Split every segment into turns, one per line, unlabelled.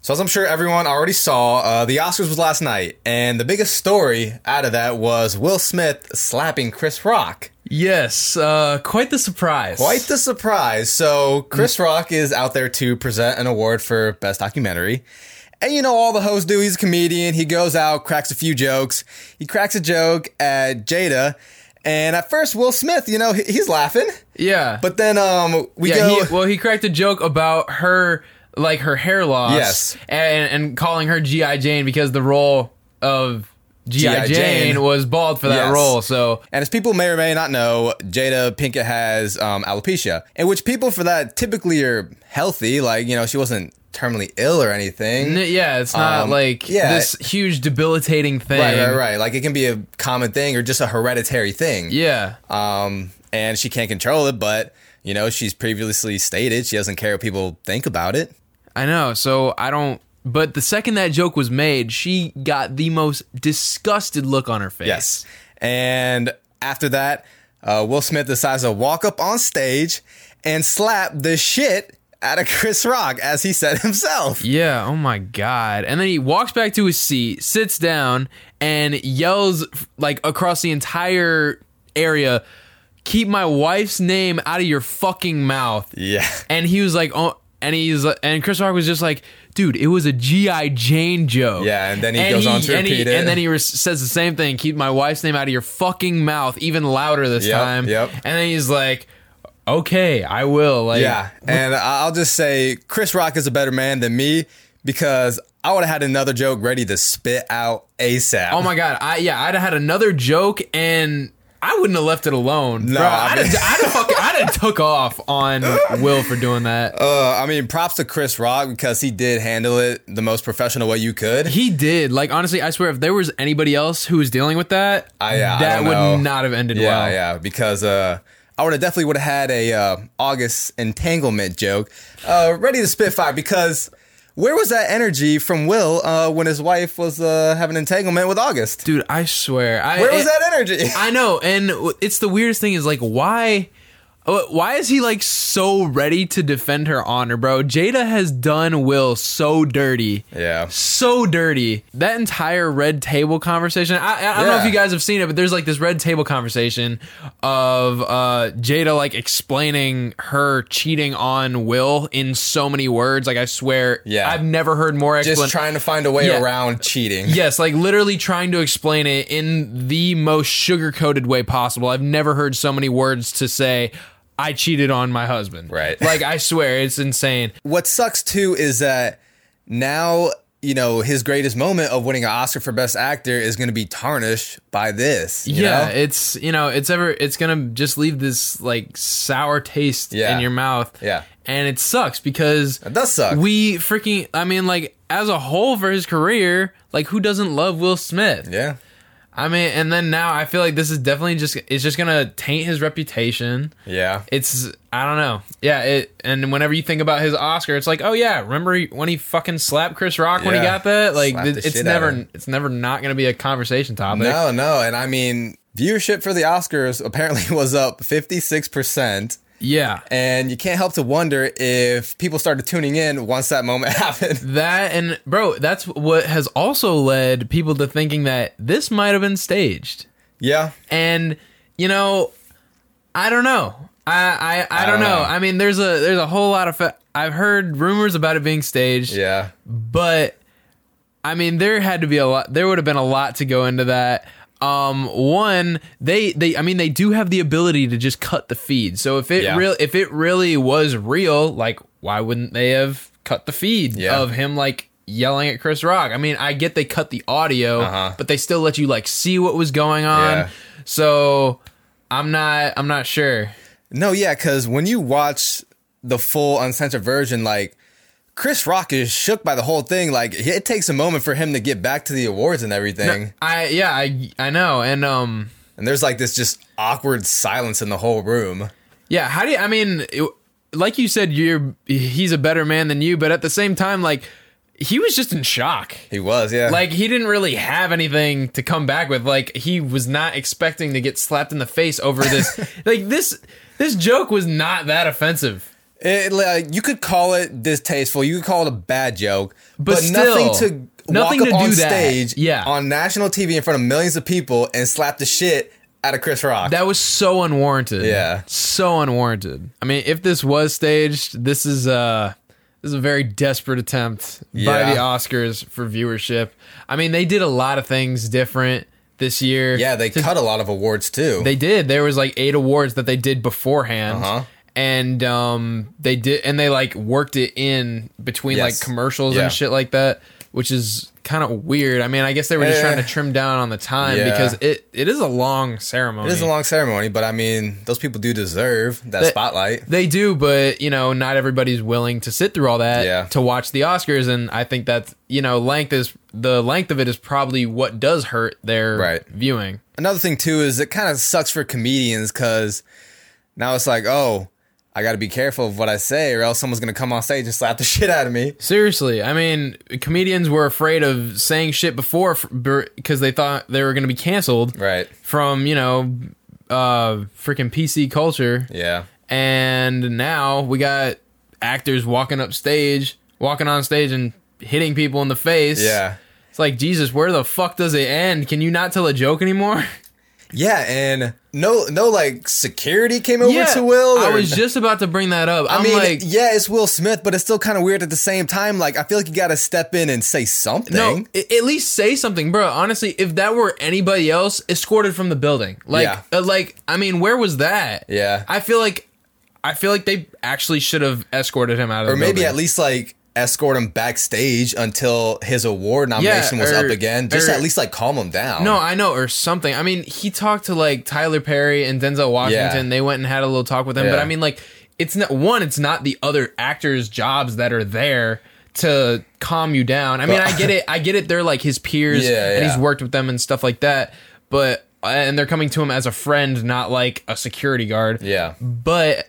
So, as I'm sure everyone already saw, uh, the Oscars was last night, and the biggest story out of that was Will Smith slapping Chris Rock.
Yes, uh, quite the surprise.
Quite the surprise. So,
Mm.
Chris Rock is out there to present an award for Best Documentary. And you know, all the hoes do. He's a comedian. He goes out, cracks a few jokes. He cracks a joke at Jada. And at first, Will Smith, you know, he- he's laughing.
yeah,
But then um, we
yeah.
go.
He, well, he cracked a joke about her, like her hair loss.
Yes.
and and calling her GI Jane because the role of GI
G.I.
Jane,
Jane.
was bald for that
Yes.
role. So
And as people may or may not know, Jada Pinkett has um, alopecia, in which people for that typically are healthy. Like, you know, she wasn't terminally ill or anything.
n- yeah, it's not
Um,
like
yeah.
this huge debilitating thing.
Right, right, right. Like, it can be a common thing or just a hereditary thing.
Yeah,
Um, and she can't control it, but, you know, she's previously stated she doesn't care what people think about it.
I know. So I don't. But the second that joke was made, she got the most disgusted look on her face.
Yes. And after that, uh, Will Smith decides to walk up on stage and slap the shit out of Chris Rock, as he said himself.
Yeah, oh my god. And then he walks back to his seat, sits down, and yells f- like across the entire area, "Keep my wife's name out of your fucking mouth."
Yeah.
And he was like, "Oh," and he's like- and Chris Rock was just like, "Dude, it was a GI Jane joke."
Yeah, and then he goes on to
and he-
repeat it.
and then he res- says the same thing, "Keep my wife's name out of your fucking mouth," even louder this
Yep,
time.
yep.
And then he's like, "Okay, I will." Like,
Yeah, and I- I'll just say Chris Rock is a better man than me because I would have had another joke ready to spit out ASAP.
Oh my god! I yeah, I'd have had another joke, and I wouldn't have left it alone. No,
I
I'd, have,
mean-
I'd have fucking, I'd have took off on Will for doing that.
Uh, I mean, props to Chris Rock because he did handle it the most professional way you could.
He did. Like honestly, I swear, if there was anybody else who was dealing with that,
I- yeah, I
that
don't
would
know.
not have ended
yeah,
well.
yeah, because uh, I would have definitely would have had a uh, August entanglement joke uh, ready to spit fire because where was that energy from Will uh, when his wife was uh, having an entanglement with August?
Dude, I swear. I,
Where
it-
was that energy?
I know, and w- it's the weirdest thing is like why. uh, Why is he like so ready to defend her honor, bro? Jada has done Will so dirty.
yeah.
so dirty. That entire red table conversation. I, I, I don't know if
Yeah.
you guys have seen it, but there's like this red table conversation of uh, Jada like explaining her cheating on Will in so many words. Like I swear,
Yeah.
I've never heard more
Just
explanation.
trying to find a way
Yeah.
around cheating.
Yes, like literally trying to explain it in the most sugar coated way possible. I've never heard so many words to say, I cheated on my husband.
Right.
Like, I swear, it's insane.
what sucks too is that now you know his greatest moment of winning an Oscar for Best Actor is going to be tarnished by this. you
yeah
know?
it's you know it's ever it's gonna just leave this like sour taste
Yeah.
in your mouth
Yeah.
and it sucks because
it does suck.
we freaking i mean like as a whole for his career like who doesn't love will smith
yeah,
i mean and then now i feel like this is definitely just it's just gonna taint his reputation
yeah,
it's i don't know yeah it and whenever you think about his oscar it's like oh yeah remember he- when he fucking slapped chris rock when he
Yeah.
got that like
Slapped
th-
the
it's
shit out of
never
him.
it's never not gonna be a conversation topic
no, no, and I mean viewership for the Oscars apparently was up fifty six percent.
yeah
And you can't help to wonder if people started tuning in once that moment happened.
That and bro, that's what has also led people to thinking that this might have been staged.
Yeah,
And you know, I don't know. I I, I, don't,
don't
know.
know.
I mean, there's a there's a whole lot of fa- I've heard rumors about it being staged,
yeah,
but I mean, there had to be a lot. There would have been a lot to go into that. Um, one, they they I mean, they do have the ability to just cut the feed. So if it
Yeah.
real if it really was real, like why wouldn't they have cut the feed
Yeah.
of him like yelling at Chris Rock? I mean, I get they cut the audio,
Uh-huh.
but they still let you like see what was going on.
Yeah.
So I'm not I'm not sure.
No, yeah, because when you watch the full uncensored version, like Chris Rock is shook by the whole thing. Like it takes a moment for him to get back to the awards and everything.
I yeah, I I know. And um
And there's like this just awkward silence in the whole room.
Yeah, how do you? I mean, it- like you said, you're he's a better man than you, but at the same time, like he was just in shock.
He was, yeah.
Like he didn't really have anything to come back with. Like he was not expecting to get slapped in the face over this. like this, this joke was not that offensive.
It, like, you could call it distasteful. You could call it a bad joke,
But
but,
still,
nothing to
nothing
walk
to
up on
do that.
stage,
Yeah.
on national TV in front of millions of people and slap the shit out of Chris Rock.
That was so unwarranted.
Yeah.
So unwarranted. I mean, if this was staged, this is uh this is a very desperate attempt by
Yeah.
the Oscars for viewership. I mean, they did a lot of things different this year.
yeah, they cut a lot of awards too.
They did. There was like eight awards that they did beforehand.
Uh-huh.
And um they did and they like worked it in between
Yes.
like commercials
Yeah.
and shit like that, which is kind of weird. I mean, I guess they were just
Eh.
trying to trim down on the time
Yeah.
because it it is a long ceremony.
it is a long ceremony, but I mean, those people do deserve that
They-
spotlight.
They do, but you know, not everybody's willing to sit through all that
Yeah.
to watch the Oscars, and I think that's you know, length is the length of it is probably what does hurt their
Right.
viewing.
Another thing too is it kind of sucks for comedians because now it's like, oh, I got to be careful of what I say, or else someone's gonna come on stage and slap the shit out of me.
Seriously, I mean, comedians were afraid of saying shit before because they thought they were going to be canceled
Right?
from you know, uh, freaking PC culture.
Yeah.
and now we got actors walking up stage, walking on stage and hitting people in the face.
Yeah.
It's like, Jesus, where the fuck does it end? Can you not tell a joke anymore?
Yeah, and no, no, like security came over to Will.
I
or-
was just about to bring that up. I'm
I mean,
like,
yeah, it's Will Smith, but it's still kind of weird at the same time. Like, I feel like you got to step in and say something.
no, a- at least say something, bro. Honestly, if that were anybody else, escorted from the building. Like,
Yeah.
uh, like, I mean, where was that?
Yeah.
I feel like, I feel like they actually should have escorted him out of
or
the
maybe
building.
at least like escort him backstage until his award nomination was
or-
up again. Just
or-
at least like calm him down.
No, I know, or something. I mean, he talked to like Tyler Perry and Denzel Washington.
Yeah.
They went and had a little talk with him. But
Yeah.
I mean, like, it's not one. It's not the other actors' jobs that are there to calm you down. I mean, I get it. I get it. They're like his peers,
Yeah,
and
yeah.
he's worked with them and stuff like that. But and they're coming to him as a friend, not like a security guard.
yeah,
But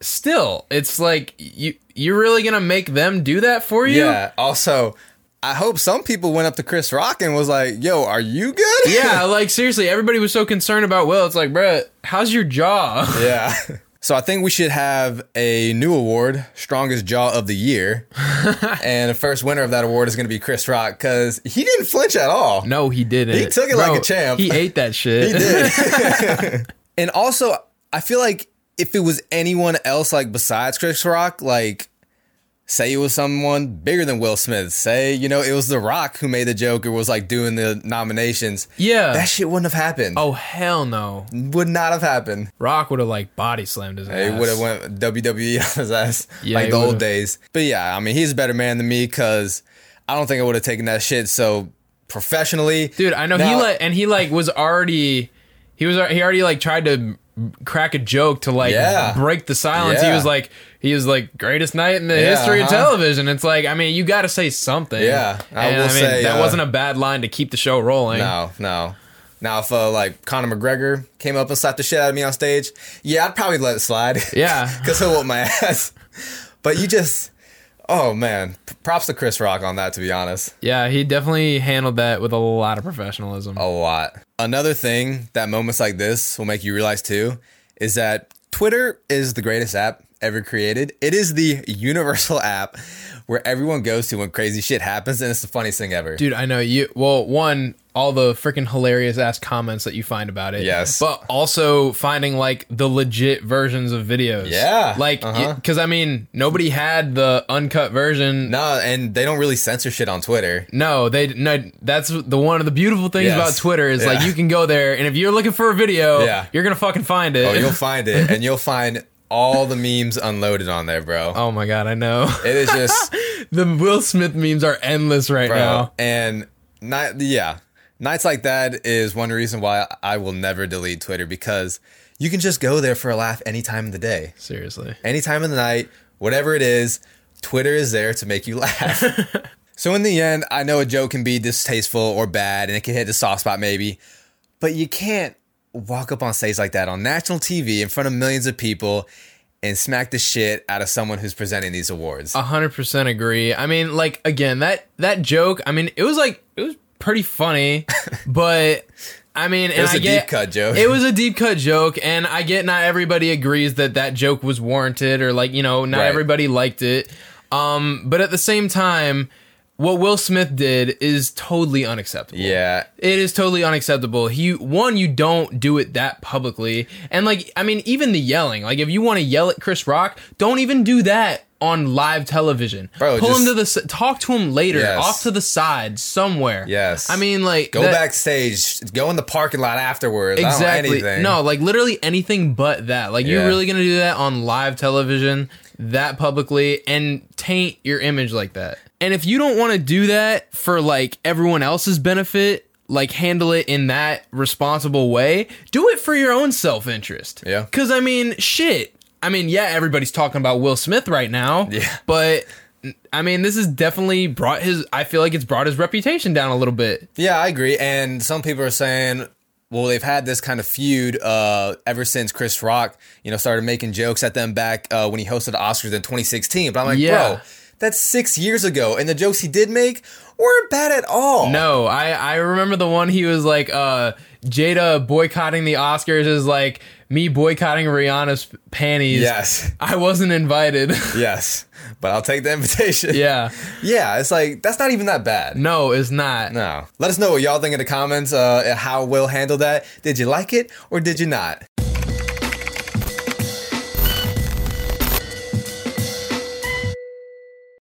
still, it's like you you're really gonna make them do that for you.
yeah. Also, I hope some people went up to Chris Rock and was like, "Yo, are you good?"
Yeah, like seriously, everybody was so concerned about Will. It's like, bruh, how's your jaw?
yeah. So I think we should have a new award, strongest jaw of the year, and the first winner of that award is going to be Chris Rock because he didn't flinch at all.
No, he didn't.
He took it like a champ.
He ate that shit.
He did. and also, I feel like if it was anyone else, like besides Chris Rock, like say it was someone bigger than Will Smith, say you know it was The Rock who made the joke or was like doing the nominations,
Yeah.
that shit wouldn't have happened.
oh hell no.
Would not have happened.
Rock would have like body slammed his
It
ass.
would have went WWE on his ass
Yeah,
like
he
the old
would've.
days. But yeah, I mean he's a better man than me because I don't think I would have taken that shit so professionally.
Dude, I know he
Now-
like and he like was already he was al- he already like tried to crack a joke to like
Yeah.
break the silence. He
Yeah.
was like he was like greatest night in the
Yeah,
history of
uh-huh.
television. It's like I mean, you got to say something.
Yeah, I
And, I,
will
mean,
say,
that
uh,
wasn't a bad line to keep the show rolling.
No, no. Now, if uh, like Conor McGregor came up and slapped the shit out of me on stage, yeah, I'd probably let it slide.
Yeah.
because he'll whoop my ass. But you just, oh man, P- props to Chris Rock on that. To be honest,
Yeah, he definitely handled that with a lot of professionalism.
a lot. Another thing that moments like this will make you realize too is that Twitter is the greatest app ever created. It is the universal app where everyone goes to when crazy shit happens, and it's the funniest thing ever.
Dude, I know you. Well, one, all the freaking hilarious ass comments that you find about it.
Yes.
But also finding like the legit versions of videos.
Yeah,
Like,
uh-huh.
because I mean, nobody had the uncut version. No.
No, and they don't really censor shit on Twitter.
they no. That's the one of the beautiful things
Yes.
about Twitter is like
Yeah.
you can go there, and if you're looking for a video,
Yeah.
you're gonna fucking find it.
Oh, you'll find it, and you'll find all the memes unloaded on there, bro.
oh my god, I know.
It is just,
the Will Smith memes are endless right
bro,
now.
and night, yeah, nights like that is one reason why I will never delete Twitter because you can just go there for a laugh any time of the day,
Seriously.
any time of the night, whatever it is. Twitter is there to make you laugh. so in the end, I know a joke can be distasteful or bad, and it can hit the soft spot maybe, but you can't walk up on stage like that on national TV in front of millions of people and smack the shit out of someone who's presenting these awards.
A hundred percent agree. I mean, like again, that that joke. I mean, it was like it was pretty funny, but I mean, and
was
I
a
get,
deep cut joke.
It was a deep cut joke, and I get not everybody agrees that that joke was warranted, or like you know, not
Right.
everybody liked it. Um, but at the same time, what Will Smith did is totally unacceptable.
Yeah.
It is totally unacceptable. He one, you don't do it that publicly, and like I mean, even the yelling. Like if you want to yell at Chris Rock, don't even do that on live television.
Bro,
Pull him
just-
to the s- talk to him later,
Yes.
off to the side somewhere.
Yes.
I mean like
Go
that-
backstage. Go in the parking lot afterwards. I don't
Exactly.
anything.
No, like literally anything but that. Like
Yeah.
you're really gonna do that on live television that publicly and taint your image like that. And if you don't want to do that for like everyone else's benefit, like handle it in that responsible way. Do it for your own self interest.
Yeah.
Because I mean, shit. I mean, yeah, everybody's talking about Will Smith right now.
Yeah.
But. I mean, this has definitely brought his. I feel like it's brought his reputation down a little bit.
Yeah, I agree. And some people are saying, well, they've had this kind of feud uh, ever since Chris Rock, you know, started making jokes at them back uh, when he hosted the Oscars in 2016. But I'm like,
Yeah.
bro, that's six years ago, and the jokes he did make weren't bad at all.
No, I I remember the one he was like uh Jada boycotting the Oscars is like me boycotting Rihanna's panties.
Yes.
I wasn't invited.
Yes, but I'll take the invitation.
yeah.
yeah. It's like that's not even that bad.
No, it's not.
No. Let us know what y'all think in the comments. Uh, how Will handle that. Did you like it or did you not?